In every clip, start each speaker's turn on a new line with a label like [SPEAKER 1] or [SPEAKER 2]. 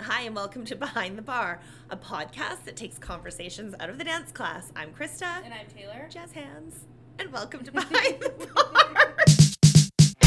[SPEAKER 1] Hi, and welcome to Behind the Bar, a podcast that takes conversations out of the dance class. I'm Krista,
[SPEAKER 2] And I'm Taylor.
[SPEAKER 1] jazz hands, and welcome to Behind the Bar.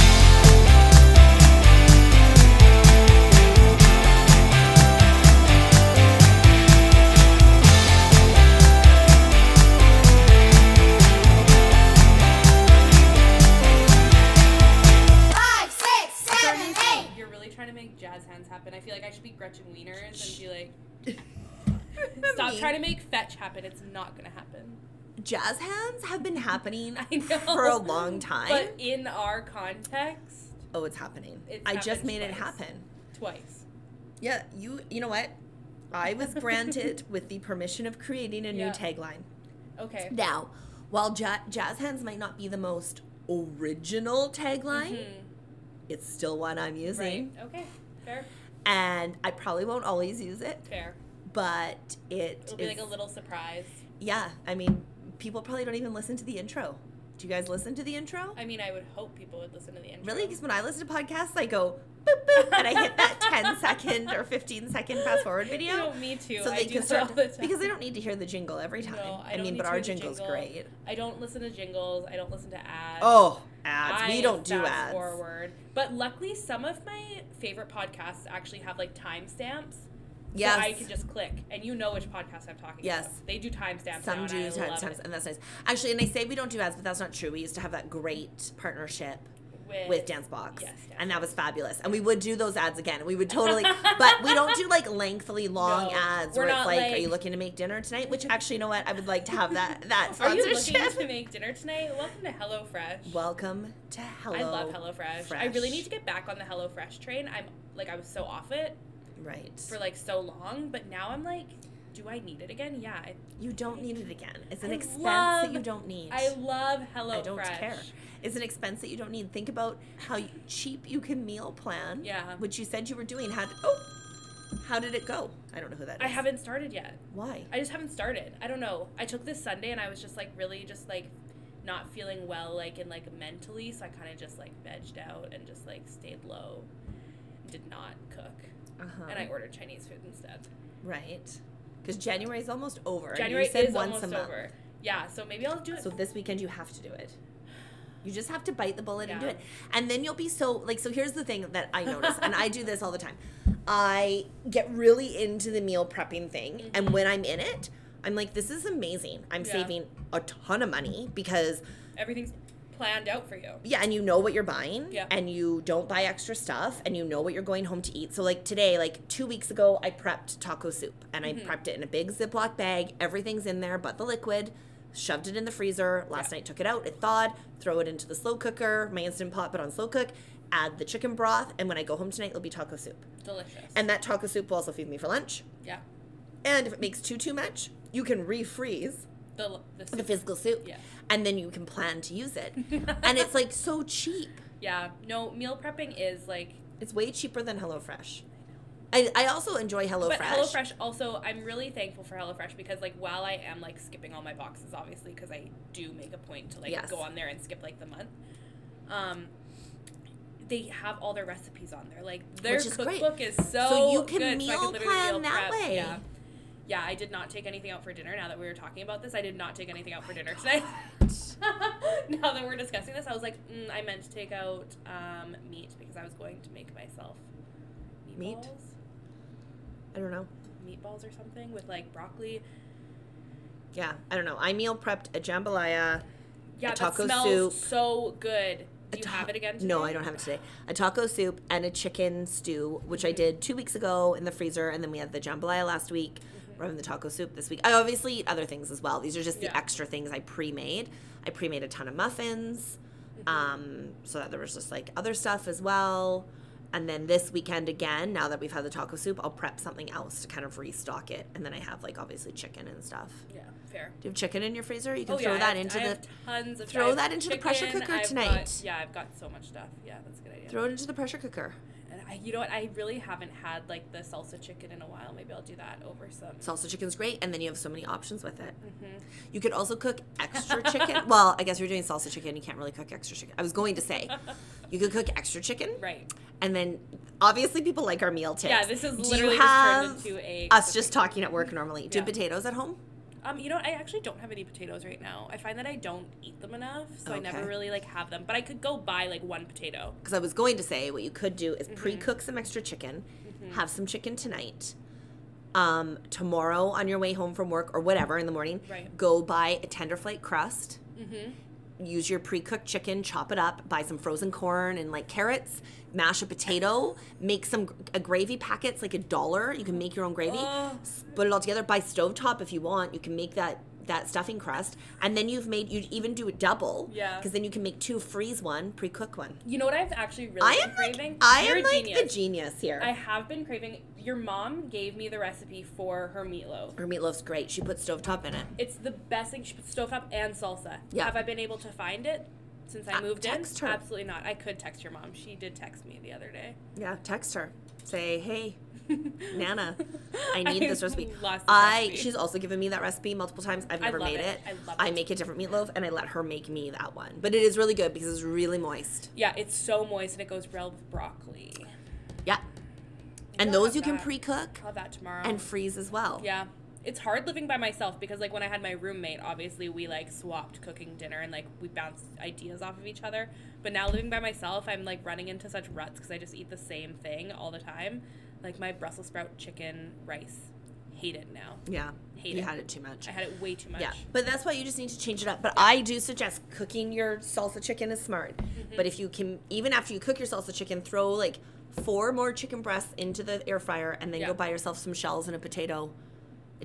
[SPEAKER 3] Five, six, seven, eight.
[SPEAKER 2] You're really trying to make jazz hands happen. I feel like I should be Gretchen Wieners and be like, stop
[SPEAKER 1] Me.
[SPEAKER 2] trying to make fetch happen. It's not gonna happen.
[SPEAKER 1] Jazz hands have been happening
[SPEAKER 2] I know.
[SPEAKER 1] for a long time.
[SPEAKER 2] But in our context,
[SPEAKER 1] oh, it's happening.
[SPEAKER 2] It's
[SPEAKER 1] I just
[SPEAKER 2] happened
[SPEAKER 1] made it
[SPEAKER 2] twice.
[SPEAKER 1] happen.
[SPEAKER 2] twice.
[SPEAKER 1] Yeah, you you know what? I was granted with the permission of creating a new
[SPEAKER 2] Yeah.
[SPEAKER 1] tagline.
[SPEAKER 2] Okay.
[SPEAKER 1] Now, while ja- jazz hands might not be the most original tagline,
[SPEAKER 2] Mhm.
[SPEAKER 1] it's still one I'm
[SPEAKER 2] Right.
[SPEAKER 1] using.
[SPEAKER 2] Okay. Fair.
[SPEAKER 1] And I probably won't always use it,
[SPEAKER 2] Fair.
[SPEAKER 1] but it
[SPEAKER 2] It'll be like
[SPEAKER 1] is-
[SPEAKER 2] a little surprise.
[SPEAKER 1] Yeah, I mean, people probably don't even listen to the intro. Do you guys listen to the intro?
[SPEAKER 2] I mean, I would hope people would listen to the intro.
[SPEAKER 1] Really? Because when I listen to podcasts, I go boop boop and I hit that 10 second or 15 second fast forward video.
[SPEAKER 2] You know, me too.
[SPEAKER 1] so
[SPEAKER 2] I
[SPEAKER 1] they
[SPEAKER 2] do
[SPEAKER 1] can
[SPEAKER 2] that
[SPEAKER 1] start
[SPEAKER 2] all the time.
[SPEAKER 1] because they don't need to hear the jingle every time.
[SPEAKER 2] No, I
[SPEAKER 1] I,
[SPEAKER 2] don't
[SPEAKER 1] mean,
[SPEAKER 2] need
[SPEAKER 1] but
[SPEAKER 2] to
[SPEAKER 1] our
[SPEAKER 2] hear the
[SPEAKER 1] jingle's
[SPEAKER 2] jingle.
[SPEAKER 1] great.
[SPEAKER 2] I don't listen to jingles. I don't listen to ads.
[SPEAKER 1] Oh, ads. we
[SPEAKER 2] I
[SPEAKER 1] don't do
[SPEAKER 2] fast
[SPEAKER 1] ads.
[SPEAKER 2] Forward, but luckily some of my favorite podcasts actually have like timestamps.
[SPEAKER 1] Yes.
[SPEAKER 2] so I can just click, and you know which podcast I'm talking
[SPEAKER 1] Yes.
[SPEAKER 2] about. They do timestamps. now,
[SPEAKER 1] some
[SPEAKER 2] and
[SPEAKER 1] do
[SPEAKER 2] I
[SPEAKER 1] times
[SPEAKER 2] love
[SPEAKER 1] times
[SPEAKER 2] it.
[SPEAKER 1] and that's nice. Actually, and I say we don't do ads, but that's not true. We used to have that great partnership
[SPEAKER 2] with,
[SPEAKER 1] with Dancebox.
[SPEAKER 2] Yes,
[SPEAKER 1] and that was fabulous. And we would do those ads again. We would totally, but we don't do like lengthy, long
[SPEAKER 2] No,
[SPEAKER 1] ads
[SPEAKER 2] we're
[SPEAKER 1] where it's
[SPEAKER 2] not,
[SPEAKER 1] like, "Are
[SPEAKER 2] like-
[SPEAKER 1] you looking to make dinner tonight?" Which actually, you know what? I would like to have that that
[SPEAKER 2] Are you looking
[SPEAKER 1] sponsorship.
[SPEAKER 2] to make dinner tonight? Welcome to HelloFresh.
[SPEAKER 1] Welcome to Hello.
[SPEAKER 2] I love HelloFresh. I really
[SPEAKER 1] Fresh.
[SPEAKER 2] need to get back on the HelloFresh train. I'm like I was so off it
[SPEAKER 1] Right.
[SPEAKER 2] for like so long, but now I'm like, do I need it again? Yeah, I,
[SPEAKER 1] you don't need it again. It's an
[SPEAKER 2] I
[SPEAKER 1] expense that
[SPEAKER 2] love-
[SPEAKER 1] you don't need.
[SPEAKER 2] I love HelloFresh.
[SPEAKER 1] I don't care. It's an expense that you don't need. Think about how you- cheap you can meal plan.
[SPEAKER 2] Yeah.
[SPEAKER 1] Which you said you were doing. How did, oh, how did it go? I don't know who that is.
[SPEAKER 2] I haven't started yet.
[SPEAKER 1] Why?
[SPEAKER 2] I just haven't started. I don't know. I took this Sunday and I was just like really just like not feeling well like and like mentally, so I kind of just like vegged out and just like stayed low. Did not cook.
[SPEAKER 1] Uh-huh.
[SPEAKER 2] And I ordered Chinese food instead.
[SPEAKER 1] right. Because January is almost over. and
[SPEAKER 2] January
[SPEAKER 1] you said
[SPEAKER 2] is
[SPEAKER 1] once
[SPEAKER 2] almost
[SPEAKER 1] a month.
[SPEAKER 2] over. Yeah, so maybe I'll do it.
[SPEAKER 1] So this weekend you have to do it. You just have to bite the bullet and do
[SPEAKER 2] Yeah.
[SPEAKER 1] it. And then you'll be so like so here's the thing that I notice and I do this all the time. I get really into the meal prepping thing and when I'm in it, I'm like this is amazing. I'm
[SPEAKER 2] Mm-hmm. Yeah.
[SPEAKER 1] saving a ton of money because
[SPEAKER 2] Everything's planned out for you.
[SPEAKER 1] yeah, and you know what you're buying
[SPEAKER 2] Yeah.
[SPEAKER 1] and you don't buy extra stuff and you know what you're going home to eat. So like today, like 2 weeks ago, I prepped taco soup and I
[SPEAKER 2] Mm-hmm.
[SPEAKER 1] prepped it in a big Ziploc bag. Everything's in there but the liquid. Shoved it in the freezer. Last night took it out. It thawed. Throw it into the slow cooker, my instant pot but on slow cook. Add the chicken broth and when I go home tonight, it'll be taco soup.
[SPEAKER 2] Delicious.
[SPEAKER 1] And that taco soup will also feed me for lunch.
[SPEAKER 2] yeah.
[SPEAKER 1] And if it makes too too much, you can refreeze
[SPEAKER 2] The the,
[SPEAKER 1] the
[SPEAKER 2] soup.
[SPEAKER 1] physical soup.
[SPEAKER 2] Yeah.
[SPEAKER 1] And then you can plan to use it. and it's like so cheap.
[SPEAKER 2] Yeah. No, meal prepping is like
[SPEAKER 1] It's way cheaper than HelloFresh. I, I also enjoy HelloFresh.
[SPEAKER 2] But HelloFresh also, I'm really thankful for HelloFresh because like while I am like skipping all my boxes, obviously because I do make a point to like
[SPEAKER 1] Yes.
[SPEAKER 2] go on there and skip like the month. Um, they have all their recipes on there. Like their
[SPEAKER 1] Which is great.
[SPEAKER 2] cookbook is so
[SPEAKER 1] So you can
[SPEAKER 2] good, so I
[SPEAKER 1] meal
[SPEAKER 2] literally
[SPEAKER 1] plan that way.
[SPEAKER 2] Yeah. Yeah, I did not take anything out for dinner. Now that we were talking about this, I did not take anything out for dinner tonight.
[SPEAKER 1] Oh
[SPEAKER 2] now that we're discussing this, I was like, mm, I meant to take out um, meat because I was going to make myself
[SPEAKER 1] Meat?
[SPEAKER 2] meatballs
[SPEAKER 1] I don't know.
[SPEAKER 2] meatballs or something with like broccoli.
[SPEAKER 1] Yeah, I don't know. I meal prepped a jambalaya.
[SPEAKER 2] Yeah,
[SPEAKER 1] A taco
[SPEAKER 2] that smells
[SPEAKER 1] soup.
[SPEAKER 2] so good.
[SPEAKER 1] a
[SPEAKER 2] Do you
[SPEAKER 1] ta-
[SPEAKER 2] have it again? Today?
[SPEAKER 1] No, I don't have it today. A taco soup and a chicken stew, which I did two weeks ago in the freezer, and then we had the jambalaya last week. We're having the taco soup this week. I obviously eat other things as well. These are just the
[SPEAKER 2] Mm-hmm. Yeah.
[SPEAKER 1] extra things I pre-made. I pre-made a ton of muffins,
[SPEAKER 2] Mm-hmm.
[SPEAKER 1] um, so that there was just like other stuff as well. And then this weekend again, now that we've had the taco soup, I'll prep something else to kind of restock it, and then I have like obviously chicken and stuff.
[SPEAKER 2] Yeah, fair.
[SPEAKER 1] Do you have chicken in your freezer? You can
[SPEAKER 2] oh,
[SPEAKER 1] throw
[SPEAKER 2] yeah, I
[SPEAKER 1] that
[SPEAKER 2] have-
[SPEAKER 1] into
[SPEAKER 2] I
[SPEAKER 1] the
[SPEAKER 2] have tons of
[SPEAKER 1] throw
[SPEAKER 2] I have
[SPEAKER 1] that into the pressure
[SPEAKER 2] chicken,
[SPEAKER 1] cooker
[SPEAKER 2] I've got-
[SPEAKER 1] tonight.
[SPEAKER 2] yeah, I've got so much stuff. Yeah, that's a good idea.
[SPEAKER 1] throw it into the pressure cooker.
[SPEAKER 2] and I, you know what? I really haven't had like the salsa chicken in a while. Maybe I'll do that over some.
[SPEAKER 1] Salsa chicken's great, and then you have so many options with it.
[SPEAKER 2] Mhm.
[SPEAKER 1] You could also cook extra chicken. well, I guess you're doing salsa chicken. You can't really cook extra chicken. I was going to say, you could cook extra chicken,
[SPEAKER 2] Right.
[SPEAKER 1] and then obviously people like our meal tips.
[SPEAKER 2] Yeah, this is
[SPEAKER 1] Do you
[SPEAKER 2] literally
[SPEAKER 1] have
[SPEAKER 2] just turned into a
[SPEAKER 1] us just talking at work normally. Do you have
[SPEAKER 2] Yeah.
[SPEAKER 1] potatoes at home?
[SPEAKER 2] Um, you know, what? I actually don't have any potatoes right now. I find that I don't eat them enough, so I never
[SPEAKER 1] Okay.
[SPEAKER 2] really like have them. But I could go buy like one potato.
[SPEAKER 1] Because I was going to say what you could do
[SPEAKER 2] Mm-hmm.
[SPEAKER 1] is pre-cook some extra chicken, have some chicken tonight. Um, tomorrow on your way home from work or whatever in the morning,
[SPEAKER 2] Right.
[SPEAKER 1] go buy a tenderflight crust.
[SPEAKER 2] Mm-hmm.
[SPEAKER 1] use your pre-cooked chicken, chop it up, buy some frozen corn and like carrots, mash a potato, make some gr- a gravy packets like a dollar. You can make your own gravy.
[SPEAKER 2] Oh.
[SPEAKER 1] S- Put it all together. Buy stovetop if you want. You can make that that stuffing crust, and then you've made you'd even do a double.
[SPEAKER 2] Yeah.
[SPEAKER 1] Because then you can make two, freeze one, pre-cook one.
[SPEAKER 2] You know what I've actually really
[SPEAKER 1] I
[SPEAKER 2] been
[SPEAKER 1] am like
[SPEAKER 2] craving?
[SPEAKER 1] I
[SPEAKER 2] You're
[SPEAKER 1] am
[SPEAKER 2] a
[SPEAKER 1] like
[SPEAKER 2] genius.
[SPEAKER 1] the genius here.
[SPEAKER 2] I have been craving. Your mom gave me the recipe for her meatloaf.
[SPEAKER 1] Her meatloaf's great. She put stovetop in it.
[SPEAKER 2] It's the best thing. She put stovetop and salsa.
[SPEAKER 1] Yeah.
[SPEAKER 2] Have I been able to find it since I
[SPEAKER 1] Uh,
[SPEAKER 2] moved
[SPEAKER 1] text her.
[SPEAKER 2] in? Absolutely not. I could text your mom. She did text me the other day.
[SPEAKER 1] Yeah. Text her. Say hey. Nana, I need this recipe.
[SPEAKER 2] Lost the
[SPEAKER 1] I
[SPEAKER 2] recipe.
[SPEAKER 1] she's also given me that recipe multiple times. I've
[SPEAKER 2] I
[SPEAKER 1] never
[SPEAKER 2] love
[SPEAKER 1] made it.
[SPEAKER 2] it. I love it.
[SPEAKER 1] make a different meatloaf and I let her make me that one. But it is really good because it's really moist.
[SPEAKER 2] yeah, it's so moist and it goes well with broccoli.
[SPEAKER 1] Yeah. And
[SPEAKER 2] I'll
[SPEAKER 1] those
[SPEAKER 2] have
[SPEAKER 1] you can
[SPEAKER 2] that.
[SPEAKER 1] pre-cook
[SPEAKER 2] I'll have that tomorrow.
[SPEAKER 1] and freeze as well.
[SPEAKER 2] yeah. It's hard living by myself because like when I had my roommate, obviously we like swapped cooking dinner and like we bounced ideas off of each other. But now living by myself, I'm like running into such ruts because I just eat the same thing all the time. Like my Brussels sprout chicken rice. Hate it now.
[SPEAKER 1] Yeah.
[SPEAKER 2] Hate
[SPEAKER 1] you
[SPEAKER 2] it.
[SPEAKER 1] had it too much.
[SPEAKER 2] I had it way too much.
[SPEAKER 1] Yeah, but that's why you just need to change it up. But I do suggest cooking your salsa chicken is smart.
[SPEAKER 2] Mm-hmm.
[SPEAKER 1] But if you can, even after you cook your salsa chicken, throw like four more chicken breasts into the air fryer, and then
[SPEAKER 2] Yeah.
[SPEAKER 1] go buy yourself some shells and a potato.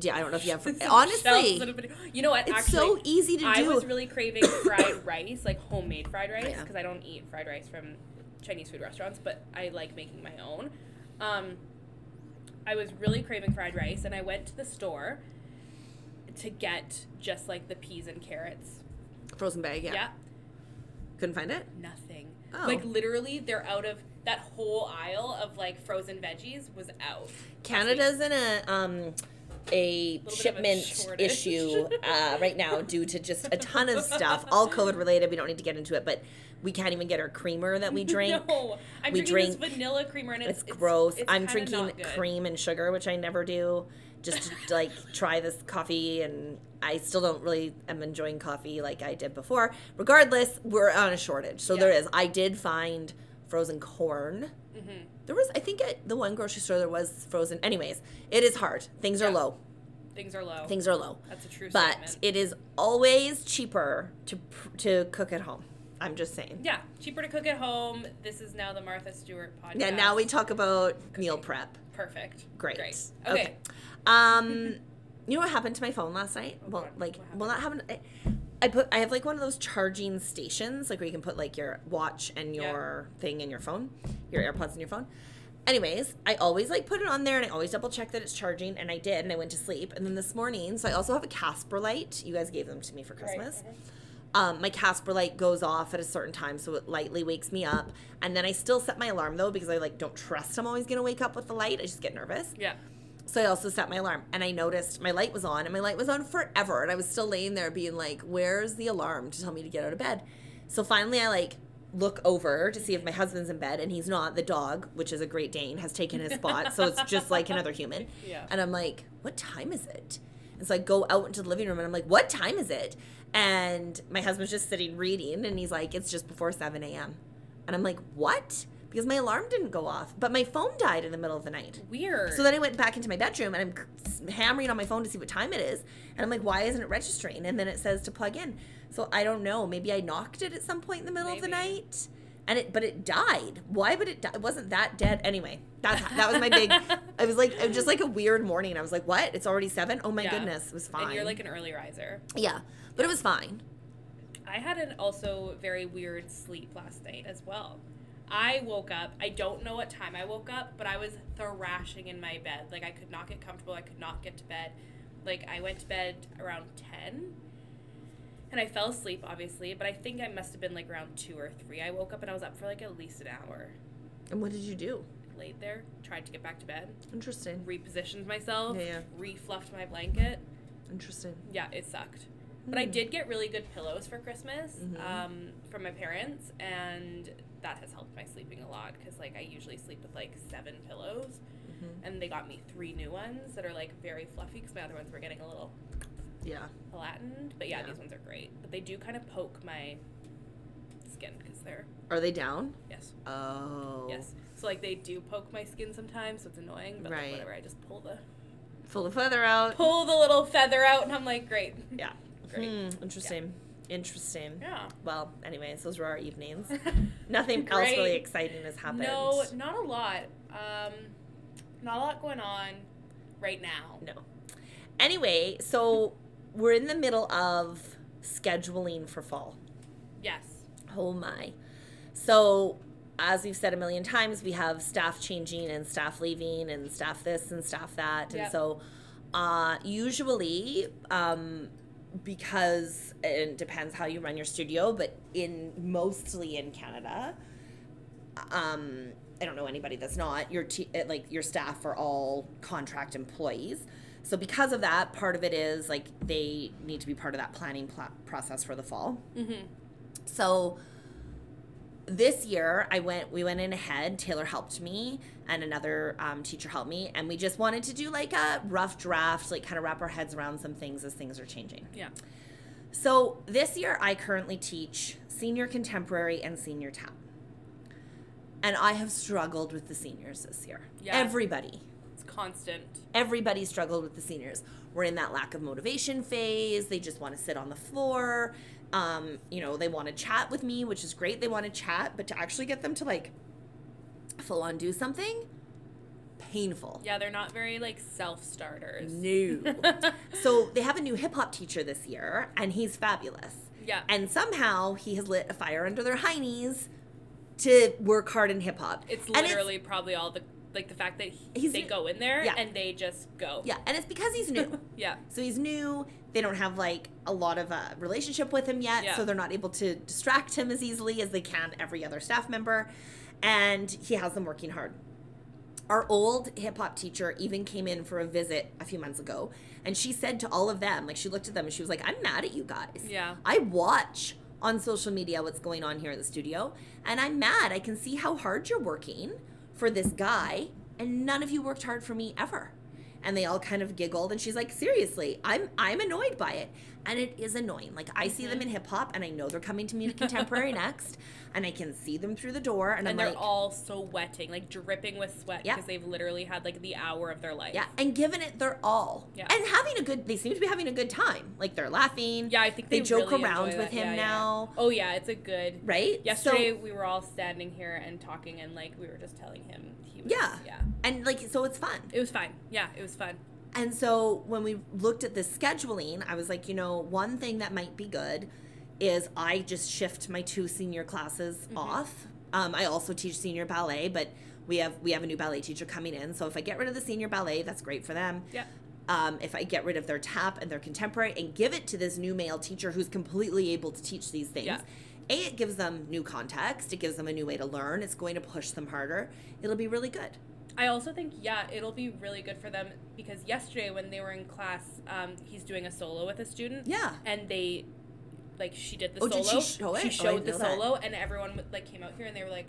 [SPEAKER 1] Yeah, I don't know if you have.
[SPEAKER 2] Some shells and a
[SPEAKER 1] honestly,
[SPEAKER 2] potato- you know what?
[SPEAKER 1] it's
[SPEAKER 2] actually,
[SPEAKER 1] so easy to
[SPEAKER 2] I
[SPEAKER 1] do.
[SPEAKER 2] was really craving fried rice, like homemade fried rice,
[SPEAKER 1] Yeah.
[SPEAKER 2] because I don't eat fried rice from Chinese food restaurants, but I like making my own. Um, I was really craving fried rice, and I went to the store to get just like the peas and carrots.
[SPEAKER 1] Frozen bag. Yeah.
[SPEAKER 2] yeah
[SPEAKER 1] Couldn't find it.
[SPEAKER 2] nothing.
[SPEAKER 1] Oh.
[SPEAKER 2] Like literally, they're out of that whole aisle of like frozen veggies was out.
[SPEAKER 1] Canada's in a um a
[SPEAKER 2] bit of a
[SPEAKER 1] shipment
[SPEAKER 2] shortage.
[SPEAKER 1] issue uh, right now due to just a ton of stuff, all COVID related. We don't need to get into it, but we can't even get our creamer that we drink.
[SPEAKER 2] No, I'm
[SPEAKER 1] We
[SPEAKER 2] drinking
[SPEAKER 1] drink-
[SPEAKER 2] this vanilla creamer, and it's,
[SPEAKER 1] It's, gross.
[SPEAKER 2] it's
[SPEAKER 1] I'm
[SPEAKER 2] kinda
[SPEAKER 1] drinking
[SPEAKER 2] not good.
[SPEAKER 1] cream and sugar, which I never do. Just to, like try this coffee, and I still don't really am enjoying coffee like I did before. Regardless, we're on a shortage, so there
[SPEAKER 2] Yeah.
[SPEAKER 1] is. I did find frozen corn.
[SPEAKER 2] Mm-hmm.
[SPEAKER 1] There was, I think, at the one grocery store there was frozen. Anyways, it is hard. Things are
[SPEAKER 2] Yeah.
[SPEAKER 1] low.
[SPEAKER 2] Things are low.
[SPEAKER 1] Things are low.
[SPEAKER 2] That's a true
[SPEAKER 1] But
[SPEAKER 2] statement.
[SPEAKER 1] it is always cheaper to pr- to cook at home. I'm just saying.
[SPEAKER 2] Yeah, cheaper to cook at home. This is now the Martha Stewart podcast.
[SPEAKER 1] Yeah. Now we talk about meal prep.
[SPEAKER 2] perfect.
[SPEAKER 1] Great.
[SPEAKER 2] Great.
[SPEAKER 1] Okay.
[SPEAKER 2] Okay.
[SPEAKER 1] Um, you know what happened to my phone last night?
[SPEAKER 2] Oh,
[SPEAKER 1] well,
[SPEAKER 2] God.
[SPEAKER 1] like,
[SPEAKER 2] What
[SPEAKER 1] well, not happened. I, I put. I have like one of those charging stations, like where you can put like your watch and
[SPEAKER 2] Yeah.
[SPEAKER 1] your thing in your phone, your AirPods in your phone. Anyways, I always like put it on there and I always double check that it's charging, and I did, and I went to sleep. And then this morning, so I also have a Casper light. You guys gave them to me for
[SPEAKER 2] uh-huh.
[SPEAKER 1] Christmas. Um, my Casper light goes off at a certain time, so it lightly wakes me up. And then I still set my alarm though because I like don't trust I'm always gonna wake up with the light. I just get nervous.
[SPEAKER 2] Yeah.
[SPEAKER 1] So I also set my alarm and I noticed my light was on and my light was on forever. And I was still laying there being like, where's the alarm to tell me to get out of bed? So finally I like look over to see if my husband's in bed and he's not. The dog, which is a Great Dane, has taken his spot. so it's just like another human.
[SPEAKER 2] Yeah.
[SPEAKER 1] And I'm like, what time is it? And so I go out into the living room and I'm like, what time is it? And my husband's just sitting reading and he's like, it's just before 7 a.m. And I'm like, what? Because my alarm didn't go off, but my phone died in the middle of the night.
[SPEAKER 2] Weird.
[SPEAKER 1] So then I went back into my bedroom and I'm hammering on my phone to see what time it is. And I'm like, why isn't it registering? And then it says to plug in. So I don't know. Maybe I knocked it at some point in the middle of the
[SPEAKER 2] Maybe.
[SPEAKER 1] night. And it, but it died. Why would it die? It wasn't that dead. Anyway, that's, that was my big, I was like, it was just like a weird morning. I was like, what? It's already seven? Oh my
[SPEAKER 2] Yeah.
[SPEAKER 1] goodness. It was fine.
[SPEAKER 2] And you're like an early riser.
[SPEAKER 1] yeah, but it was fine.
[SPEAKER 2] I had an also very weird sleep last night as well. I woke up. I don't know what time I woke up, but I was thrashing in my bed. Like I could not get comfortable. I could not get to bed. Like I went to bed around 10 and I fell asleep obviously, but I think I must have been like around 2 or 3. I woke up and I was up for like at least an hour.
[SPEAKER 1] And what did you do?
[SPEAKER 2] laid there, tried to get back to bed,
[SPEAKER 1] Interesting.
[SPEAKER 2] repositioned myself,
[SPEAKER 1] Yeah, yeah.
[SPEAKER 2] re-fluffed my blanket.
[SPEAKER 1] Interesting.
[SPEAKER 2] Yeah, it sucked. But I
[SPEAKER 1] Hmm.
[SPEAKER 2] did get really good pillows for Christmas
[SPEAKER 1] Mhm.
[SPEAKER 2] um, from my parents, and that has helped my sleeping a lot because like I usually sleep with like seven pillows,
[SPEAKER 1] Mhm.
[SPEAKER 2] and they got me three new ones that are like very fluffy because my other ones were getting a little
[SPEAKER 1] Yeah.
[SPEAKER 2] palatined. But yeah,
[SPEAKER 1] Yeah.
[SPEAKER 2] these ones are great. But they do kind of poke my skin because they're
[SPEAKER 1] Are they down?
[SPEAKER 2] yes,
[SPEAKER 1] Oh.
[SPEAKER 2] yes. So like they do poke my skin sometimes, so it's annoying. But
[SPEAKER 1] Right.
[SPEAKER 2] like, whatever, I just pull the
[SPEAKER 1] Full of feather out.
[SPEAKER 2] pull the little feather out, and I'm like, great.
[SPEAKER 1] Yeah.
[SPEAKER 2] Great.
[SPEAKER 1] Hmm, Interesting. Interesting.
[SPEAKER 2] Yeah.
[SPEAKER 1] Well, anyways, those were our evenings. Nothing else really
[SPEAKER 2] Great.
[SPEAKER 1] exciting has happened.
[SPEAKER 2] No, not a lot. Um, not a lot going on right now.
[SPEAKER 1] No. Anyway, so we're in the middle of scheduling for fall.
[SPEAKER 2] Yes.
[SPEAKER 1] Oh my. So, as we've said a million times, we have staff changing and staff leaving and staff this and staff that. And
[SPEAKER 2] Yep.
[SPEAKER 1] so, uh, usually, um, because and it depends how you run your studio, but in mostly in Canada, um, I don't know anybody that's not your te- uh, like your staff are all contract employees. So because of that, part of it is like they need to be part of that planning pl- process for the fall.
[SPEAKER 2] Mm-hmm.
[SPEAKER 1] So this year I went we went in ahead Taylor helped me and another um, teacher helped me and we just wanted to do like a rough draft like kind of wrap our heads around some things as things are changing.
[SPEAKER 2] Yeah.
[SPEAKER 1] So this year I currently teach senior contemporary and senior tap. And I have struggled with the seniors this year.
[SPEAKER 2] Yeah.
[SPEAKER 1] Everybody
[SPEAKER 2] It's constant.
[SPEAKER 1] everybody struggled with the seniors. We're in that lack of motivation phase. They just want to sit on the floor. Um, you know, they want to chat with me, which is great. They want to chat, but to actually get them to like full on do something, painful.
[SPEAKER 2] Yeah, they're not very like self starters.
[SPEAKER 1] Mm. No. so they have a new hip hop teacher this year, and he's fabulous.
[SPEAKER 2] yeah.
[SPEAKER 1] And somehow he has lit a fire under their heinies to work hard in hip hop.
[SPEAKER 2] it's
[SPEAKER 1] And
[SPEAKER 2] literally probably all the like the fact that he,
[SPEAKER 1] He's-
[SPEAKER 2] they go in there
[SPEAKER 1] yeah.
[SPEAKER 2] and they just go.
[SPEAKER 1] yeah, and it's because he's new.
[SPEAKER 2] Yeah.
[SPEAKER 1] So he's new. They don't have like a lot of a relationship with him yet,
[SPEAKER 2] Yeah.
[SPEAKER 1] so they're not able to distract him as easily as they can every other staff member. And he has them working hard. Our old hip hop teacher even came in for a visit a few months ago, and she said to all of them, like she looked at them and she was like, "I'm mad at you guys.
[SPEAKER 2] Yeah.
[SPEAKER 1] I watch on social media what's going on here in the studio, and I'm mad. I can see how hard you're working for this guy, and none of you worked hard for me ever. And they all kind of giggled, and she's like, "Seriously, I'm I'm annoyed by it, and it is annoying. Like I see
[SPEAKER 2] Mm-hmm.
[SPEAKER 1] them in hip hop, and I know they're coming to me to contemporary next, and I can see them through the door, and,
[SPEAKER 2] And
[SPEAKER 1] I'm
[SPEAKER 2] they're
[SPEAKER 1] like,
[SPEAKER 2] all so wetting, like dripping with sweat
[SPEAKER 1] Yeah.
[SPEAKER 2] because they've literally had like the hour of their life.
[SPEAKER 1] yeah, and giving it their all,
[SPEAKER 2] Yeah.
[SPEAKER 1] and having a good. They seem to be having a good time. Like they're laughing.
[SPEAKER 2] Yeah, I think
[SPEAKER 1] they,
[SPEAKER 2] they,
[SPEAKER 1] joke
[SPEAKER 2] really
[SPEAKER 1] around
[SPEAKER 2] enjoy
[SPEAKER 1] with
[SPEAKER 2] that.
[SPEAKER 1] him
[SPEAKER 2] Yeah, yeah.
[SPEAKER 1] now,
[SPEAKER 2] Oh yeah, it's a good
[SPEAKER 1] right? So-
[SPEAKER 2] Yesterday we were all standing here and talking, and like we were just telling him he was.
[SPEAKER 1] Yeah.
[SPEAKER 2] Yeah.
[SPEAKER 1] and like so it's fun
[SPEAKER 2] It was fine. Yeah, it was fun.
[SPEAKER 1] and so when we looked at the scheduling i was like you know one thing that might be good is i just shift my two senior classes
[SPEAKER 2] Mm-hmm.
[SPEAKER 1] off um, i also teach senior ballet but we have we have a new ballet teacher coming in so if i get rid of the senior ballet that's great for them
[SPEAKER 2] Yeah.
[SPEAKER 1] um, if i get rid of their tap and their contemporary and give it to this new male teacher who's completely able to teach these things
[SPEAKER 2] Yeah.
[SPEAKER 1] a it gives them new context it gives them a new way to learn it's going to push them harder it'll be really good
[SPEAKER 2] I also think yeah, it'll be really good for them because yesterday when they were in class, um, he's doing a solo with a student.
[SPEAKER 1] yeah
[SPEAKER 2] And they, like, she did the
[SPEAKER 1] Oh,
[SPEAKER 2] solo.
[SPEAKER 1] did she show it? Oh, I
[SPEAKER 2] showed the
[SPEAKER 1] didn't know that.
[SPEAKER 2] solo, and everyone like came out here and they were like,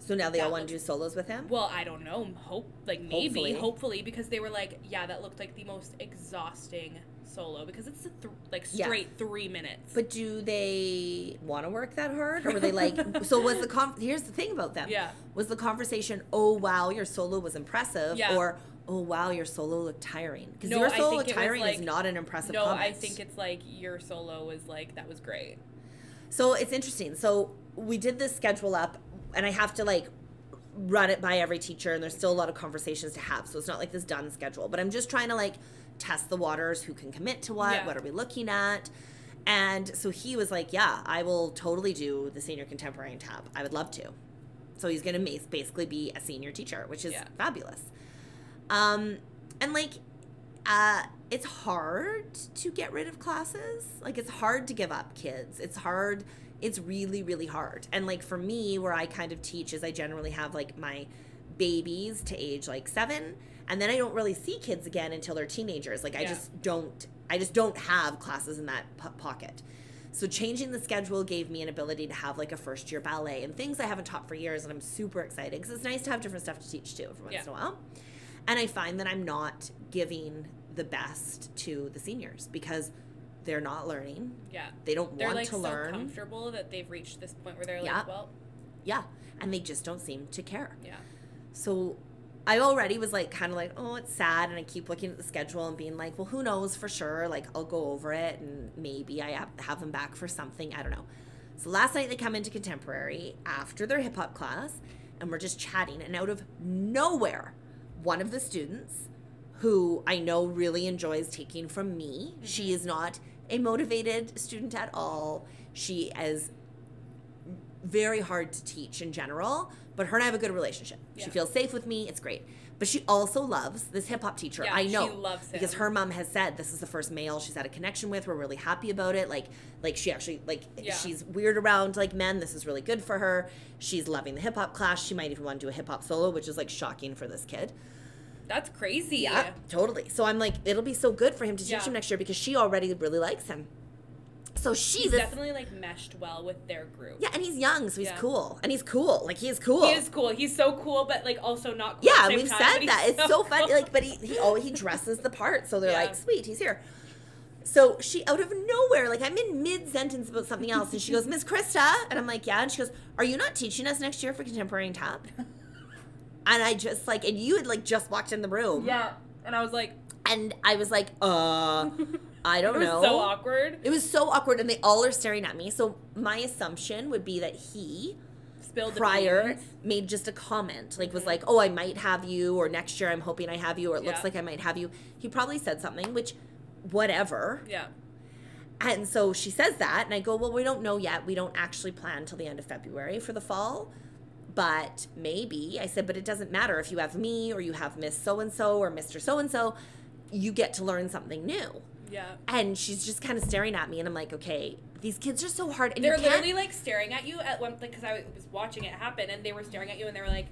[SPEAKER 1] So now they
[SPEAKER 2] That
[SPEAKER 1] all want to do
[SPEAKER 2] looks-
[SPEAKER 1] solos with him?
[SPEAKER 2] Well, I don't know. Hope like maybe
[SPEAKER 1] Hopefully.
[SPEAKER 2] hopefully, because they were like, yeah, that looked like the most exhausting solo because it's a th- like
[SPEAKER 1] Yeah.
[SPEAKER 2] straight three minutes.
[SPEAKER 1] But do they want to work that hard? Or were they like, so was the, con- here's the thing about them.
[SPEAKER 2] yeah,
[SPEAKER 1] Was the conversation, oh wow, your solo was impressive?
[SPEAKER 2] Yeah.
[SPEAKER 1] Or, oh wow, your solo looked tiring? Because
[SPEAKER 2] No,
[SPEAKER 1] your
[SPEAKER 2] I
[SPEAKER 1] solo
[SPEAKER 2] think
[SPEAKER 1] looked
[SPEAKER 2] it was
[SPEAKER 1] tiring is
[SPEAKER 2] like-
[SPEAKER 1] not an impressive
[SPEAKER 2] no,
[SPEAKER 1] comment.
[SPEAKER 2] I think it's like your solo was like that was great.
[SPEAKER 1] So it's interesting. So we did this schedule up, and I have to like run it by every teacher, and there's still a lot of conversations to have. So it's not like this done schedule, but I'm just trying to like test the waters who can commit to what,
[SPEAKER 2] Yeah.
[SPEAKER 1] what are we looking at. And so he was like, Yeah, I will totally do the senior contemporary and tab. I would love to. So he's going to basically be a senior teacher, which is
[SPEAKER 2] Yeah.
[SPEAKER 1] fabulous. Um, and like, uh, it's hard to get rid of classes. Like, it's hard to give up kids. It's hard. It's really, really hard. And like for me, where I kind of teach is I generally have like my babies to age like seven, and then I don't really see kids again until they're teenagers. Like I
[SPEAKER 2] Yeah.
[SPEAKER 1] just don't, I just don't have classes in that po- pocket. So changing the schedule gave me an ability to have like a first year ballet and things I haven't taught for years, and I'm super excited because it's nice to have different stuff to teach too every once
[SPEAKER 2] Yeah.
[SPEAKER 1] in a while. And I find that I'm not giving the best to the seniors because they're not learning.
[SPEAKER 2] Yeah.
[SPEAKER 1] They don't
[SPEAKER 2] They're
[SPEAKER 1] want
[SPEAKER 2] like
[SPEAKER 1] to
[SPEAKER 2] so
[SPEAKER 1] learn.
[SPEAKER 2] comfortable that they've reached this point where they're like,
[SPEAKER 1] Yeah.
[SPEAKER 2] well,
[SPEAKER 1] Yeah, and they just don't seem to care.
[SPEAKER 2] yeah,
[SPEAKER 1] So I already was like, kind of like, oh, it's sad. And I keep looking at the schedule and being like, well, who knows for sure? Like, I'll go over it and maybe I have- have them back for something. I don't know. So last night they come into contemporary after their hip hop class and we're just chatting. And out of nowhere, one of the students who I know really enjoys taking from me, she is not a motivated student at all. She is very hard to teach in general, but her and I have a good relationship.
[SPEAKER 2] Yeah.
[SPEAKER 1] She feels safe with me. It's great. But she also loves this hip hop teacher.
[SPEAKER 2] Yeah,
[SPEAKER 1] I know
[SPEAKER 2] she loves him.
[SPEAKER 1] because her mom has said this is the first male she's had a connection with. We're really happy about it. Like, like she actually like
[SPEAKER 2] Yeah.
[SPEAKER 1] she's weird around like men. This is really good for her. She's loving the hip hop class. She might even want to do a hip hop solo, which is like shocking for this kid.
[SPEAKER 2] that's crazy.
[SPEAKER 1] Yeah, totally. So I'm like, it'll be so good for him to teach
[SPEAKER 2] Yeah.
[SPEAKER 1] him next year because she already really likes him. So she
[SPEAKER 2] He's
[SPEAKER 1] this,
[SPEAKER 2] definitely like meshed well with their group.
[SPEAKER 1] yeah, and he's young, so he's
[SPEAKER 2] Yeah.
[SPEAKER 1] cool, and he's cool. Like he is cool.
[SPEAKER 2] He is cool. He's so cool, but like also not cool. at
[SPEAKER 1] Yeah,
[SPEAKER 2] the same
[SPEAKER 1] we've
[SPEAKER 2] time,
[SPEAKER 1] said
[SPEAKER 2] but he's
[SPEAKER 1] that. It's so fun.
[SPEAKER 2] cool.
[SPEAKER 1] Like, but he he oh he dresses the part, so they're
[SPEAKER 2] Yeah.
[SPEAKER 1] like, sweet, he's here. So she out of nowhere, like I'm in mid sentence about something else, and she goes, Miss Krista, and I'm like, yeah, and she goes, Are you not teaching us next year for contemporary and tap? And I just like, and you had like just walked in the room,
[SPEAKER 2] yeah. And I was like,
[SPEAKER 1] and I was like, uh, I don't
[SPEAKER 2] it was
[SPEAKER 1] know.
[SPEAKER 2] so awkward.
[SPEAKER 1] It was so awkward, and they all are staring at me. So my assumption would be that he
[SPEAKER 2] Spilled the
[SPEAKER 1] prior
[SPEAKER 2] beans.
[SPEAKER 1] made just a comment like was like oh i might have you or next year i'm hoping i have you or it
[SPEAKER 2] Yeah.
[SPEAKER 1] looks like i might have you he probably said something which whatever
[SPEAKER 2] Yeah.
[SPEAKER 1] and so she says that and i go well we don't know yet we don't actually plan till the end of february for the fall but maybe i said but it doesn't matter if you have me or you have miss so and so or mr so and so you get to learn something new
[SPEAKER 2] Yeah.
[SPEAKER 1] and she's just kind of staring at me and i'm like okay these kids are so hard and you
[SPEAKER 2] They're
[SPEAKER 1] can't-
[SPEAKER 2] literally like staring at you at one because I was watching it happen, and they were staring at you, and they were like,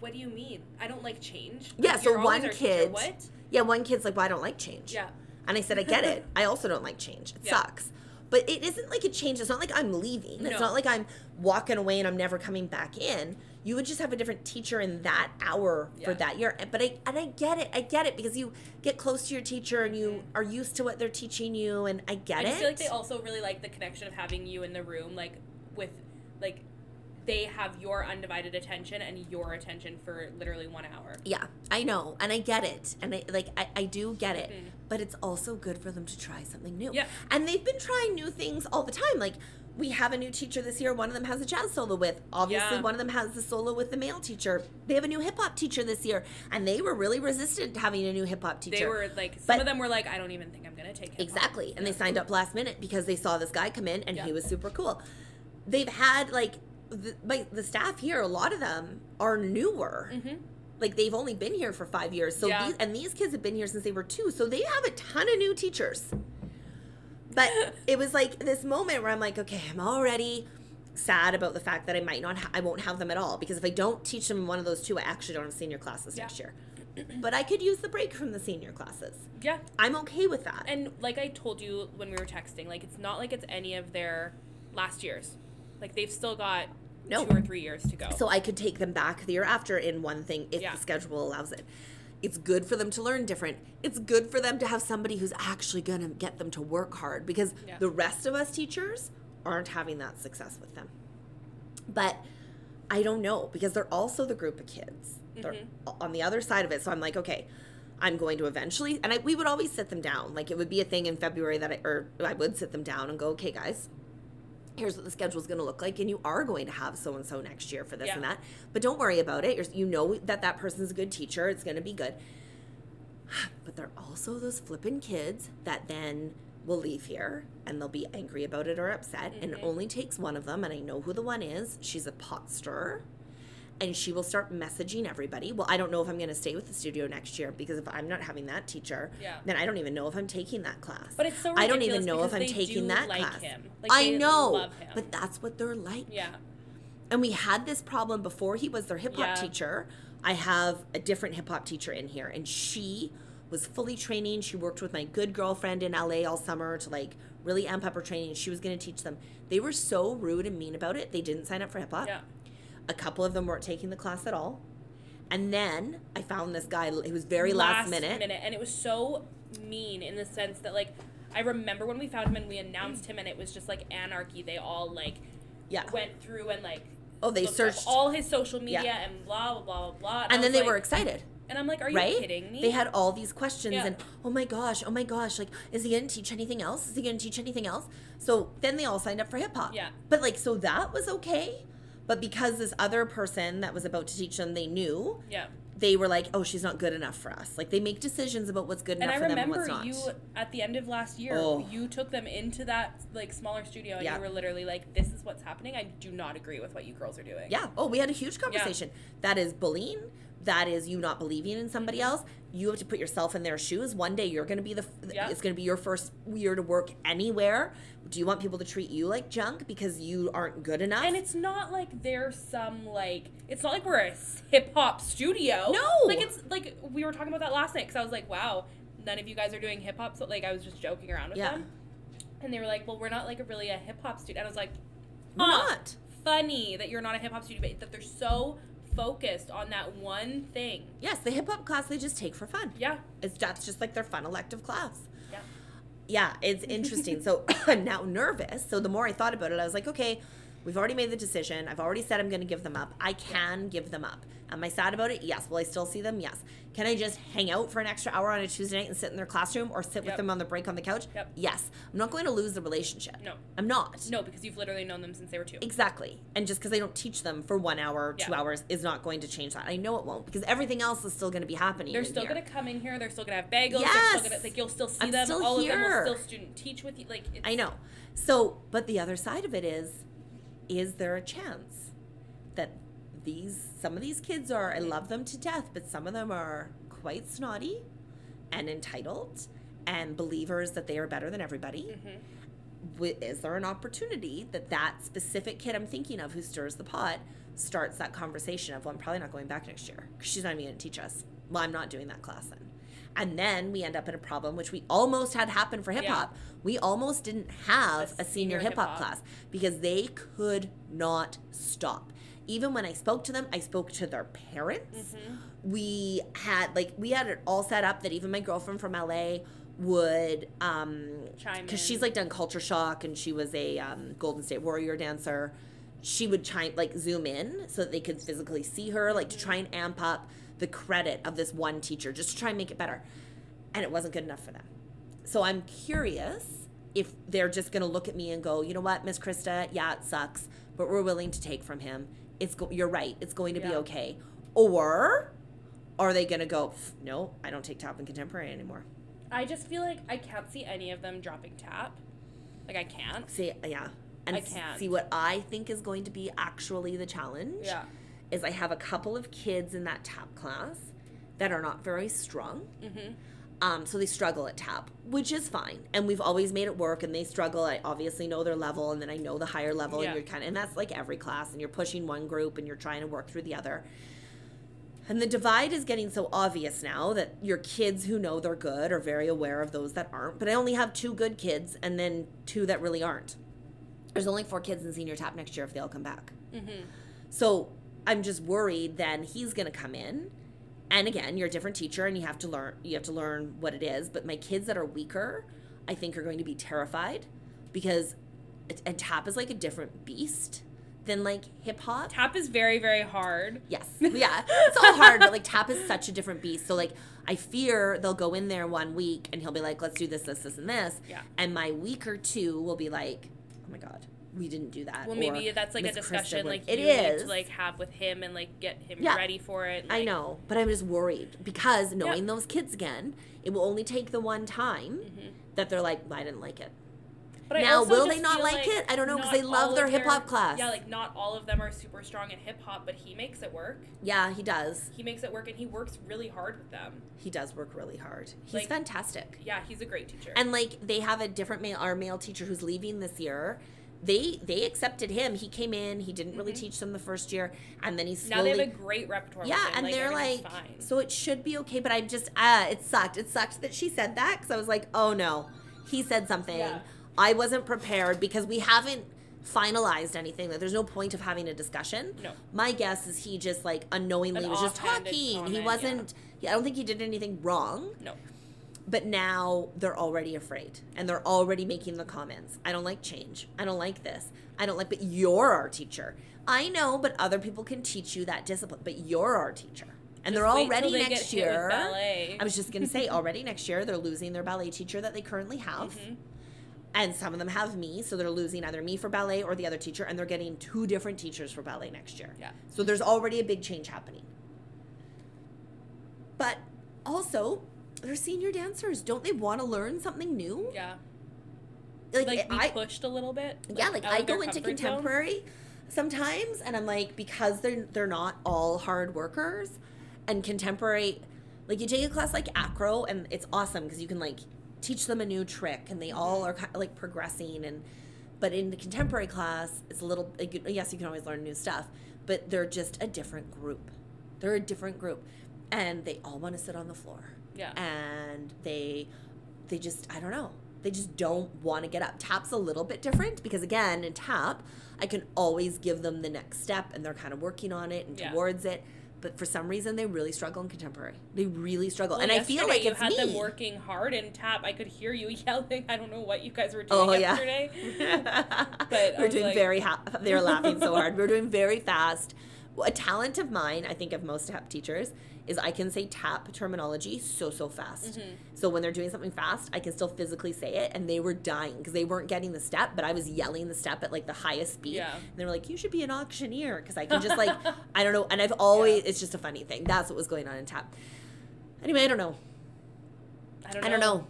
[SPEAKER 2] "What do you mean? I don't like change." Like,
[SPEAKER 1] Yeah, so
[SPEAKER 2] you're always
[SPEAKER 1] one
[SPEAKER 2] our teacher.
[SPEAKER 1] kid-
[SPEAKER 2] What?
[SPEAKER 1] yeah one kid's like well i don't like change
[SPEAKER 2] Yeah.
[SPEAKER 1] And I said, I get it. I also don't like change. It
[SPEAKER 2] Yeah.
[SPEAKER 1] sucks. But it isn't like a change. It's not like I'm leaving.
[SPEAKER 2] No.
[SPEAKER 1] It's not like I'm walking away and I'm never coming back in. You would just have a different teacher in that hour for
[SPEAKER 2] Yeah.
[SPEAKER 1] that year. And- But I and I get it. I get it because you get close to your teacher and you are used to what they're teaching you. And I get
[SPEAKER 2] I
[SPEAKER 1] it.
[SPEAKER 2] just Mm-hmm. feel like they also really like the connection of having you in the room, like with like they have your undivided attention and your attention for literally one hour.
[SPEAKER 1] yeah, I know, and I get it, and I like I, I do get it,
[SPEAKER 2] Mhm.
[SPEAKER 1] but it's also good for them to try something new.
[SPEAKER 2] Yeah.
[SPEAKER 1] and they've been trying new things all the time. Like we have a new teacher this year. One of them has a jazz solo with. Obviously,
[SPEAKER 2] Yeah.
[SPEAKER 1] one of them has the solo with the male teacher. They have a new hip hop teacher this year, and they were really resistant to having a new hip hop teacher.
[SPEAKER 2] They were like, some
[SPEAKER 1] But-
[SPEAKER 2] of them were like, "I don't even think I'm gonna take it."
[SPEAKER 1] Exactly. And they signed up last minute because they saw this guy come in and
[SPEAKER 2] Yeah.
[SPEAKER 1] he was super cool. They've had like the, like the staff here, a lot of them are newer.
[SPEAKER 2] Mhm.
[SPEAKER 1] Like they've only been here for five years. So
[SPEAKER 2] Yeah.
[SPEAKER 1] these, and these kids have been here since they were two. So they have a ton of new teachers. But it was like this moment where I'm like, okay, I'm already sad about the fact that I might not, ha- I won't have them at all because if I don't teach them one of those two, I actually don't have senior classes
[SPEAKER 2] Yeah.
[SPEAKER 1] next year. But I could use the break from the senior classes.
[SPEAKER 2] Yeah.
[SPEAKER 1] I'm okay with that.
[SPEAKER 2] And like I told you when we were texting, like it's not like it's any of their last years. Like they've still got
[SPEAKER 1] No.
[SPEAKER 2] two or three years to go.
[SPEAKER 1] So I could take them back the year after in one thing if
[SPEAKER 2] Yeah.
[SPEAKER 1] the schedule allows it. It's good for them to learn different. It's good for them to have somebody who's actually going to get them to work hard because
[SPEAKER 2] Yeah.
[SPEAKER 1] the rest of us teachers aren't having that success with them. But I don't know because they're also the group of kids. They're on the other side of it. So I'm like, okay, I'm going to eventually, and I, we would always sit them down. Like it would be a thing in February that I, or I would sit them down and go, okay, guys, here's what the schedule is going to look like and you are going to have so and so next year for this
[SPEAKER 2] Yeah.
[SPEAKER 1] and that but don't worry about it You're, you know that that person's a good teacher it's going to be good but they're also those flippin' kids that then will leave here and they'll be angry about it or upset and
[SPEAKER 2] Mm-hmm.
[SPEAKER 1] it only takes one of them and i know who the one is she's a pot stirrer and she will start messaging everybody well i don't know if i'm going to stay with the studio next year because if i'm not having that teacher
[SPEAKER 2] Yeah.
[SPEAKER 1] then i don't even know if i'm taking that class
[SPEAKER 2] But it's so
[SPEAKER 1] I don't even
[SPEAKER 2] ridiculous
[SPEAKER 1] know if
[SPEAKER 2] because
[SPEAKER 1] I'm
[SPEAKER 2] they do
[SPEAKER 1] taking that
[SPEAKER 2] like
[SPEAKER 1] class.
[SPEAKER 2] him. Like,
[SPEAKER 1] I
[SPEAKER 2] they
[SPEAKER 1] know,
[SPEAKER 2] love him.
[SPEAKER 1] but that's what they're like.
[SPEAKER 2] yeah.
[SPEAKER 1] And we had this problem before he was their hip hop
[SPEAKER 2] Yeah.
[SPEAKER 1] teacher. I have a different hip hop teacher in here, and she was fully training. She worked with my good girlfriend in LA all summer to like really amp up her training. She was going to teach them. They were so rude and mean about it. They didn't sign up for hip hop.
[SPEAKER 2] Yeah.
[SPEAKER 1] A couple of them weren't taking the class at all. And then I found this guy who was very last, minute.
[SPEAKER 2] and it was so mean in the sense that like I remember when we found him and we announced him and it was just like anarchy. They all like
[SPEAKER 1] Yeah.
[SPEAKER 2] went through and like
[SPEAKER 1] Oh, they
[SPEAKER 2] looked up
[SPEAKER 1] searched.
[SPEAKER 2] all his social media
[SPEAKER 1] Yeah.
[SPEAKER 2] and blah blah blah blah blah. I
[SPEAKER 1] and then
[SPEAKER 2] was
[SPEAKER 1] they were
[SPEAKER 2] like-
[SPEAKER 1] excited.
[SPEAKER 2] and I'm like, are you
[SPEAKER 1] right?
[SPEAKER 2] kidding me?
[SPEAKER 1] They had all these questions
[SPEAKER 2] Yeah.
[SPEAKER 1] and oh my gosh, oh my gosh, like is he gonna teach anything else? Is he gonna teach anything else? So then they all signed up for hip hop.
[SPEAKER 2] Yeah.
[SPEAKER 1] But like so that was okay. But because this other person that was about to teach them they knew,
[SPEAKER 2] yeah.
[SPEAKER 1] they were like, Oh, she's not good enough for us. Like they make decisions about what's good
[SPEAKER 2] And
[SPEAKER 1] enough
[SPEAKER 2] I
[SPEAKER 1] for them and
[SPEAKER 2] remember
[SPEAKER 1] what's not.
[SPEAKER 2] you at the end of last year,
[SPEAKER 1] Oh.
[SPEAKER 2] you took them into that like smaller studio and
[SPEAKER 1] Yeah.
[SPEAKER 2] you were literally like, This is what's happening. I do not agree with what you girls are doing.
[SPEAKER 1] Yeah. Oh, we had a huge conversation. That is bullying. That is you not believing in somebody else. You have to put yourself in their shoes. One day you're going to be the. f-
[SPEAKER 2] Yeah.
[SPEAKER 1] It's going to be your first year to work anywhere. Do you want people to treat you like junk because you aren't good enough?
[SPEAKER 2] And it's not like there's some like it's not like we're a hip hop studio.
[SPEAKER 1] No!
[SPEAKER 2] like it's like we were talking about that last night because I was like, wow, none of you guys are doing hip hop. So like I was just joking around with
[SPEAKER 1] Yeah.
[SPEAKER 2] them, and they were like, well, we're not like a really a hip hop studio. And I was like,
[SPEAKER 1] We're
[SPEAKER 2] huh,
[SPEAKER 1] not.
[SPEAKER 2] funny that you're not a hip hop studio, but that they're so focused on that one thing.
[SPEAKER 1] Yes, the hip hop class they just take for fun.
[SPEAKER 2] Yeah,
[SPEAKER 1] It's that's just like their fun elective class.
[SPEAKER 2] yeah,
[SPEAKER 1] Yeah, it's interesting. so I'm now nervous. So the more I thought about it, I was like, okay, we've already made the decision. I've already said I'm going to give them up. I can give them up. Am I sad about it? Yes. Will I still see them? Yes. Can I just hang out for an extra hour on a Tuesday night and sit in their classroom or sit with
[SPEAKER 2] Yep.
[SPEAKER 1] them on the break on the couch?
[SPEAKER 2] Yep.
[SPEAKER 1] Yes. I'm not going to lose the relationship.
[SPEAKER 2] No.
[SPEAKER 1] I'm not.
[SPEAKER 2] no, because you've literally known them since they were two.
[SPEAKER 1] Exactly. And just because I don't teach them for one hour, two
[SPEAKER 2] Yeah.
[SPEAKER 1] hours is not going to change that. I know it won't because everything else is still going to be happening.
[SPEAKER 2] They're
[SPEAKER 1] in
[SPEAKER 2] still
[SPEAKER 1] here.
[SPEAKER 2] gonna come in here. They're still gonna have bagels. They're
[SPEAKER 1] Yes!
[SPEAKER 2] still gonna like you'll still see
[SPEAKER 1] I'm
[SPEAKER 2] them.
[SPEAKER 1] still
[SPEAKER 2] All of them
[SPEAKER 1] here.
[SPEAKER 2] will still student teach with you. Like it's,
[SPEAKER 1] I know. So, but the other side of it is, is there a chance that these some of these kids are? I love them to death, but some of them are quite snotty and entitled and believers that they are better than everybody.
[SPEAKER 2] Mhm.
[SPEAKER 1] Wi- Is there an opportunity that that specific kid I'm thinking of who stirs the pot starts that conversation of, well, I'm probably not going back next year 'cause she's not even going to teach us. Well, I'm not doing that class then. And then we end up in a problem, which we almost had happen for hip
[SPEAKER 2] Yeah.
[SPEAKER 1] hop. We almost didn't have
[SPEAKER 2] A
[SPEAKER 1] a
[SPEAKER 2] senior
[SPEAKER 1] senior hip hop
[SPEAKER 2] hip-hop.
[SPEAKER 1] class because they could not stop. Even when I spoke to them, I spoke to their parents.
[SPEAKER 2] Mm-hmm.
[SPEAKER 1] We had like we had it all set up that even my girlfriend from LA would um
[SPEAKER 2] Chime
[SPEAKER 1] because
[SPEAKER 2] in.
[SPEAKER 1] she's like done culture shock and she was a um, Golden State Warrior dancer. She would chime like zoom in so that they could physically see her, like to try and amp up the credit of this one teacher, just to try and make it better. And it wasn't good enough for them. So I'm curious if they're just going to look at me and go, you know what, Miss Krista, yeah, it sucks, but we're willing to take from him. It's go- you're right. It's going to be
[SPEAKER 2] Yeah.
[SPEAKER 1] okay. Or are they going to go, "Pff, no, I don't take top and contemporary anymore.
[SPEAKER 2] I just feel like I can't see any of them dropping tap. Like I can't.
[SPEAKER 1] See, yeah. And
[SPEAKER 2] I
[SPEAKER 1] s-
[SPEAKER 2] can't.
[SPEAKER 1] see what I think is going to be actually the challenge
[SPEAKER 2] Yeah.
[SPEAKER 1] is I have a couple of kids in that tap class that are not very strong.
[SPEAKER 2] Mhm.
[SPEAKER 1] Um, so they struggle at tap, which is fine. And we've always made it work and they struggle. I obviously know their level and then I know the higher level
[SPEAKER 2] Yeah.
[SPEAKER 1] and you're kind of, and that's like every class and you're pushing one group and you're trying to work through the other. And the divide is getting so obvious now that your kids who know they're good are very aware of those that aren't. But I only have two good kids and then two that really aren't. There's only four kids in senior top next year if they all come back.
[SPEAKER 2] Mhm.
[SPEAKER 1] So I'm just worried then he's going to come in. And again, you're a different teacher and you have to learn you have to learn what it is, but my kids that are weaker, I think are going to be terrified because and tap is like a different beast than like hip hop.
[SPEAKER 2] Tap is very very hard.
[SPEAKER 1] Yes. Yeah. It's all hard, but like tap is such a different beast. So like I fear they'll go in there one week and he'll be like, let's do this, this, this, and this.
[SPEAKER 2] Yeah.
[SPEAKER 1] And my week or two will be like, oh my God, we didn't do that.
[SPEAKER 2] Well,
[SPEAKER 1] or
[SPEAKER 2] maybe that's like a
[SPEAKER 1] Miss Krista
[SPEAKER 2] discussion
[SPEAKER 1] would-
[SPEAKER 2] like
[SPEAKER 1] It
[SPEAKER 2] you need
[SPEAKER 1] is.
[SPEAKER 2] to like have with him and like get him
[SPEAKER 1] Yeah.
[SPEAKER 2] ready for it.
[SPEAKER 1] I
[SPEAKER 2] like-
[SPEAKER 1] know, but I'm just worried because knowing those kids again, it will only take the one time
[SPEAKER 2] Mm-hmm.
[SPEAKER 1] that they're like, "Well, I didn't like it.
[SPEAKER 2] But I
[SPEAKER 1] Now,
[SPEAKER 2] also
[SPEAKER 1] will they
[SPEAKER 2] just
[SPEAKER 1] not
[SPEAKER 2] feel
[SPEAKER 1] like it? I don't know, 'cause
[SPEAKER 2] not
[SPEAKER 1] they love
[SPEAKER 2] all of
[SPEAKER 1] their hip hop class.
[SPEAKER 2] Yeah, like not all of them are super strong in hip hop, but he makes it work.
[SPEAKER 1] Yeah, he does.
[SPEAKER 2] He makes it work, and he works really hard with them.
[SPEAKER 1] He does work really hard. He's
[SPEAKER 2] Like-
[SPEAKER 1] fantastic.
[SPEAKER 2] Yeah, he's a great teacher.
[SPEAKER 1] And like they have a different male our male teacher who's leaving this year they they accepted him. He came in. He didn't really teach them the first year, and then he
[SPEAKER 2] Mm-hmm. Now
[SPEAKER 1] slowly.
[SPEAKER 2] they have a great repertoire.
[SPEAKER 1] yeah,
[SPEAKER 2] within,
[SPEAKER 1] and they're
[SPEAKER 2] everything's
[SPEAKER 1] like,
[SPEAKER 2] fine.
[SPEAKER 1] so it should be okay. But I'm just, uh, it sucked. It sucked that she said that because I was like, oh no, he said something.
[SPEAKER 2] Yeah.
[SPEAKER 1] I wasn't prepared because we haven't finalized anything. That there's no point of having a discussion.
[SPEAKER 2] No.
[SPEAKER 1] My guess is he just like unknowingly
[SPEAKER 2] An
[SPEAKER 1] was just
[SPEAKER 2] offhanded
[SPEAKER 1] talking. he
[SPEAKER 2] comment, yeah.
[SPEAKER 1] wasn't. I don't think he did anything wrong
[SPEAKER 2] no.
[SPEAKER 1] but now they're already afraid and they're already making the comments i don't like change i don't like this i don't like but you're our teacher i know but other people can teach you that discipline but you're our teacher and they're
[SPEAKER 2] Just wait till
[SPEAKER 1] already
[SPEAKER 2] they get
[SPEAKER 1] next
[SPEAKER 2] hit with
[SPEAKER 1] year
[SPEAKER 2] ballet.
[SPEAKER 1] i was just going to say already next year they're losing their ballet teacher that they currently have
[SPEAKER 2] Mm-hmm.
[SPEAKER 1] and some of them have me so they're losing either me for ballet or the other teacher and they're getting two different teachers for ballet next year
[SPEAKER 2] Yeah.
[SPEAKER 1] so there's already a big change happening but also, they're senior dancers. Don't they want to learn something new?
[SPEAKER 2] Yeah.
[SPEAKER 1] Like,
[SPEAKER 2] Like be
[SPEAKER 1] I,
[SPEAKER 2] pushed a little bit.
[SPEAKER 1] yeah, like
[SPEAKER 2] out
[SPEAKER 1] I
[SPEAKER 2] of their
[SPEAKER 1] go into
[SPEAKER 2] comfort zone.
[SPEAKER 1] contemporary sometimes, and I'm like, because they're they're not all hard workers, and contemporary, like you take a class like acro, and it's awesome because you can like teach them a new trick, and they all are kind of like progressing and. But in the contemporary class, it's a little. like, you- Yes, you can always learn new stuff, but they're just a different group. They're a different group, and they all want to sit on the floor
[SPEAKER 2] Yeah.
[SPEAKER 1] and they they just I don't know. They just don't want to get up. Tap's a little bit different because again, in tap, I can always give them the next step and they're kind of working on it and
[SPEAKER 2] Yeah.
[SPEAKER 1] towards it. But for some reason they really struggle in contemporary. They really struggle.
[SPEAKER 2] Well,
[SPEAKER 1] and I feel
[SPEAKER 2] yesterday
[SPEAKER 1] like
[SPEAKER 2] you
[SPEAKER 1] it's
[SPEAKER 2] had
[SPEAKER 1] me.
[SPEAKER 2] them working hard and tap. I could hear you yelling. I don't know what you guys were doing
[SPEAKER 1] Oh
[SPEAKER 2] yesterday.
[SPEAKER 1] yeah,
[SPEAKER 2] But I
[SPEAKER 1] we're
[SPEAKER 2] was
[SPEAKER 1] doing
[SPEAKER 2] like-
[SPEAKER 1] very. Ha- they're laughing so hard. We're doing very fast. A talent of mine, I think, of most tap teachers, is I can say tap terminology so so fast.
[SPEAKER 2] Mm-hmm.
[SPEAKER 1] So when they're doing something fast, I can still physically say it, and they were dying because they weren't getting the step, but I was yelling the step at like the highest speed.
[SPEAKER 2] Yeah.
[SPEAKER 1] And they were like, "You should be an auctioneer," because I can just like, I don't know. And I've always, it's just a funny thing. That's what was going on in tap. Anyway, I don't know. I
[SPEAKER 2] I don't know.
[SPEAKER 1] don't know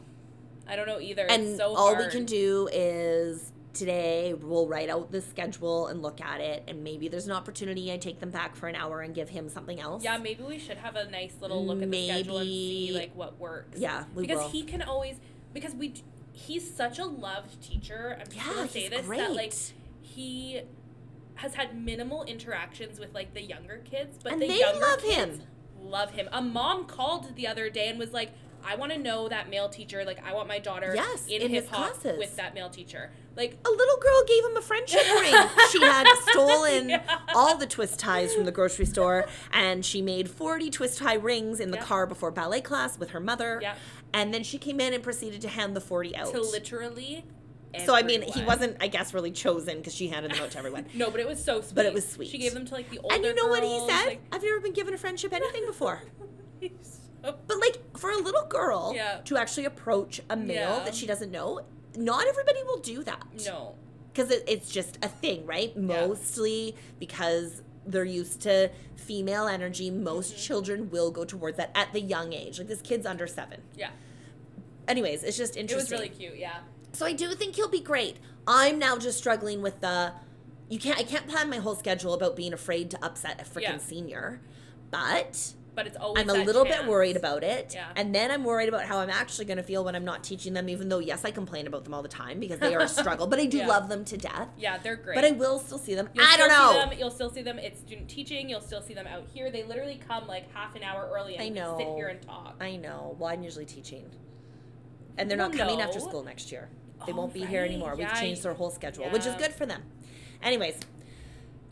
[SPEAKER 2] I don't know either.
[SPEAKER 1] and
[SPEAKER 2] it's so
[SPEAKER 1] all we
[SPEAKER 2] hard.
[SPEAKER 1] can do is today we'll write out the schedule and look at it and maybe there's an opportunity i take them back for an hour and give him something else
[SPEAKER 2] Yeah, maybe we should have a nice little look at the schedule and see
[SPEAKER 1] Maybe-
[SPEAKER 2] like what works.
[SPEAKER 1] yeah we
[SPEAKER 2] because
[SPEAKER 1] will
[SPEAKER 2] he can always because we d- he's such a loved teacher. I'm just
[SPEAKER 1] yeah
[SPEAKER 2] gonna
[SPEAKER 1] he's
[SPEAKER 2] say this
[SPEAKER 1] great
[SPEAKER 2] that like he has had minimal interactions with like the younger kids, but
[SPEAKER 1] and
[SPEAKER 2] the
[SPEAKER 1] they
[SPEAKER 2] younger
[SPEAKER 1] love
[SPEAKER 2] kids
[SPEAKER 1] him
[SPEAKER 2] love him. A mom called the other day and was like, "I want to know that male teacher. Like, I want my daughter
[SPEAKER 1] Yes,
[SPEAKER 2] in,
[SPEAKER 1] in his
[SPEAKER 2] hip hop
[SPEAKER 1] classes."
[SPEAKER 2] with that male teacher." Like,
[SPEAKER 1] a little girl gave him a friendship ring. She had stolen
[SPEAKER 2] Yeah.
[SPEAKER 1] all the twist ties from the grocery store, and she made 40 twist tie rings in the
[SPEAKER 2] Yeah.
[SPEAKER 1] car before ballet class with her mother.
[SPEAKER 2] Yeah.
[SPEAKER 1] And then she came in and proceeded to hand the 40 out.
[SPEAKER 2] to literally.
[SPEAKER 1] So I mean, he
[SPEAKER 2] everyone.
[SPEAKER 1] wasn't, I guess, really chosen because she handed them out to everyone.
[SPEAKER 2] No, but it was so sweet.
[SPEAKER 1] But it was sweet.
[SPEAKER 2] She gave them to like the older.
[SPEAKER 1] and you know what he
[SPEAKER 2] girls,
[SPEAKER 1] said?
[SPEAKER 2] like-
[SPEAKER 1] I've never been given a friendship anything before.
[SPEAKER 2] He's so-
[SPEAKER 1] But like for a little girl
[SPEAKER 2] Yeah.
[SPEAKER 1] to actually approach a male
[SPEAKER 2] Yeah.
[SPEAKER 1] that she doesn't know, not everybody will do that.
[SPEAKER 2] no.
[SPEAKER 1] because it, it's just a thing, right? Mostly because they're used to female energy. Most
[SPEAKER 2] Mm-hmm.
[SPEAKER 1] children will go towards that at the young age. Like this kid's under seven.
[SPEAKER 2] Yeah.
[SPEAKER 1] Anyways, it's just
[SPEAKER 2] It was
[SPEAKER 1] interesting.
[SPEAKER 2] really cute. Yeah.
[SPEAKER 1] So I do think he'll be great. I'm now just struggling with the you can't I can't plan my whole schedule about being afraid to upset a freaking
[SPEAKER 2] Yeah.
[SPEAKER 1] senior. But
[SPEAKER 2] But it's always.
[SPEAKER 1] I'm a
[SPEAKER 2] that
[SPEAKER 1] little bit
[SPEAKER 2] chance.
[SPEAKER 1] worried about it.
[SPEAKER 2] Yeah.
[SPEAKER 1] And then I'm worried about how I'm actually going to feel when I'm not teaching them, even though, yes, I complain about them all the time because they are a struggle, but I do
[SPEAKER 2] Yeah.
[SPEAKER 1] love them to death.
[SPEAKER 2] Yeah, they're great.
[SPEAKER 1] But I will still see them.
[SPEAKER 2] You'll
[SPEAKER 1] I
[SPEAKER 2] still
[SPEAKER 1] don't
[SPEAKER 2] See
[SPEAKER 1] know.
[SPEAKER 2] them, you'll still see them at student teaching. You'll still see them out here. They literally come like half an hour early and
[SPEAKER 1] I
[SPEAKER 2] we
[SPEAKER 1] know.
[SPEAKER 2] sit here and talk.
[SPEAKER 1] I know. Well, I'm usually teaching. And they're
[SPEAKER 2] Well,
[SPEAKER 1] not coming after
[SPEAKER 2] no.
[SPEAKER 1] school next year. They
[SPEAKER 2] Oh,
[SPEAKER 1] won't be here
[SPEAKER 2] right.
[SPEAKER 1] anymore.
[SPEAKER 2] Yeah,
[SPEAKER 1] We've changed
[SPEAKER 2] you-
[SPEAKER 1] their whole schedule, which is
[SPEAKER 2] yeah.
[SPEAKER 1] good for them. Anyways,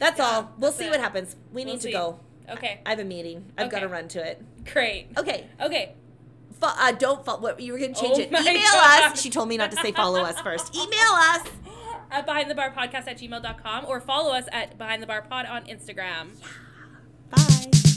[SPEAKER 1] that's
[SPEAKER 2] Yeah,
[SPEAKER 1] all. We'll
[SPEAKER 2] that's
[SPEAKER 1] see
[SPEAKER 2] it.
[SPEAKER 1] what happens. We
[SPEAKER 2] We'll
[SPEAKER 1] need
[SPEAKER 2] see.
[SPEAKER 1] to go.
[SPEAKER 2] Okay.
[SPEAKER 1] I have a meeting. I've got to
[SPEAKER 2] Okay.
[SPEAKER 1] run to it.
[SPEAKER 2] Great.
[SPEAKER 1] Okay.
[SPEAKER 2] Okay.
[SPEAKER 1] Fo- uh, don't follow. What, you were going to change
[SPEAKER 2] Oh
[SPEAKER 1] it.
[SPEAKER 2] my
[SPEAKER 1] Email
[SPEAKER 2] God.
[SPEAKER 1] us. She told me not to say follow us first. Email us.
[SPEAKER 2] At behind the bar podcast at gmail.com or follow us at behind the bar pod on Instagram.
[SPEAKER 1] Bye.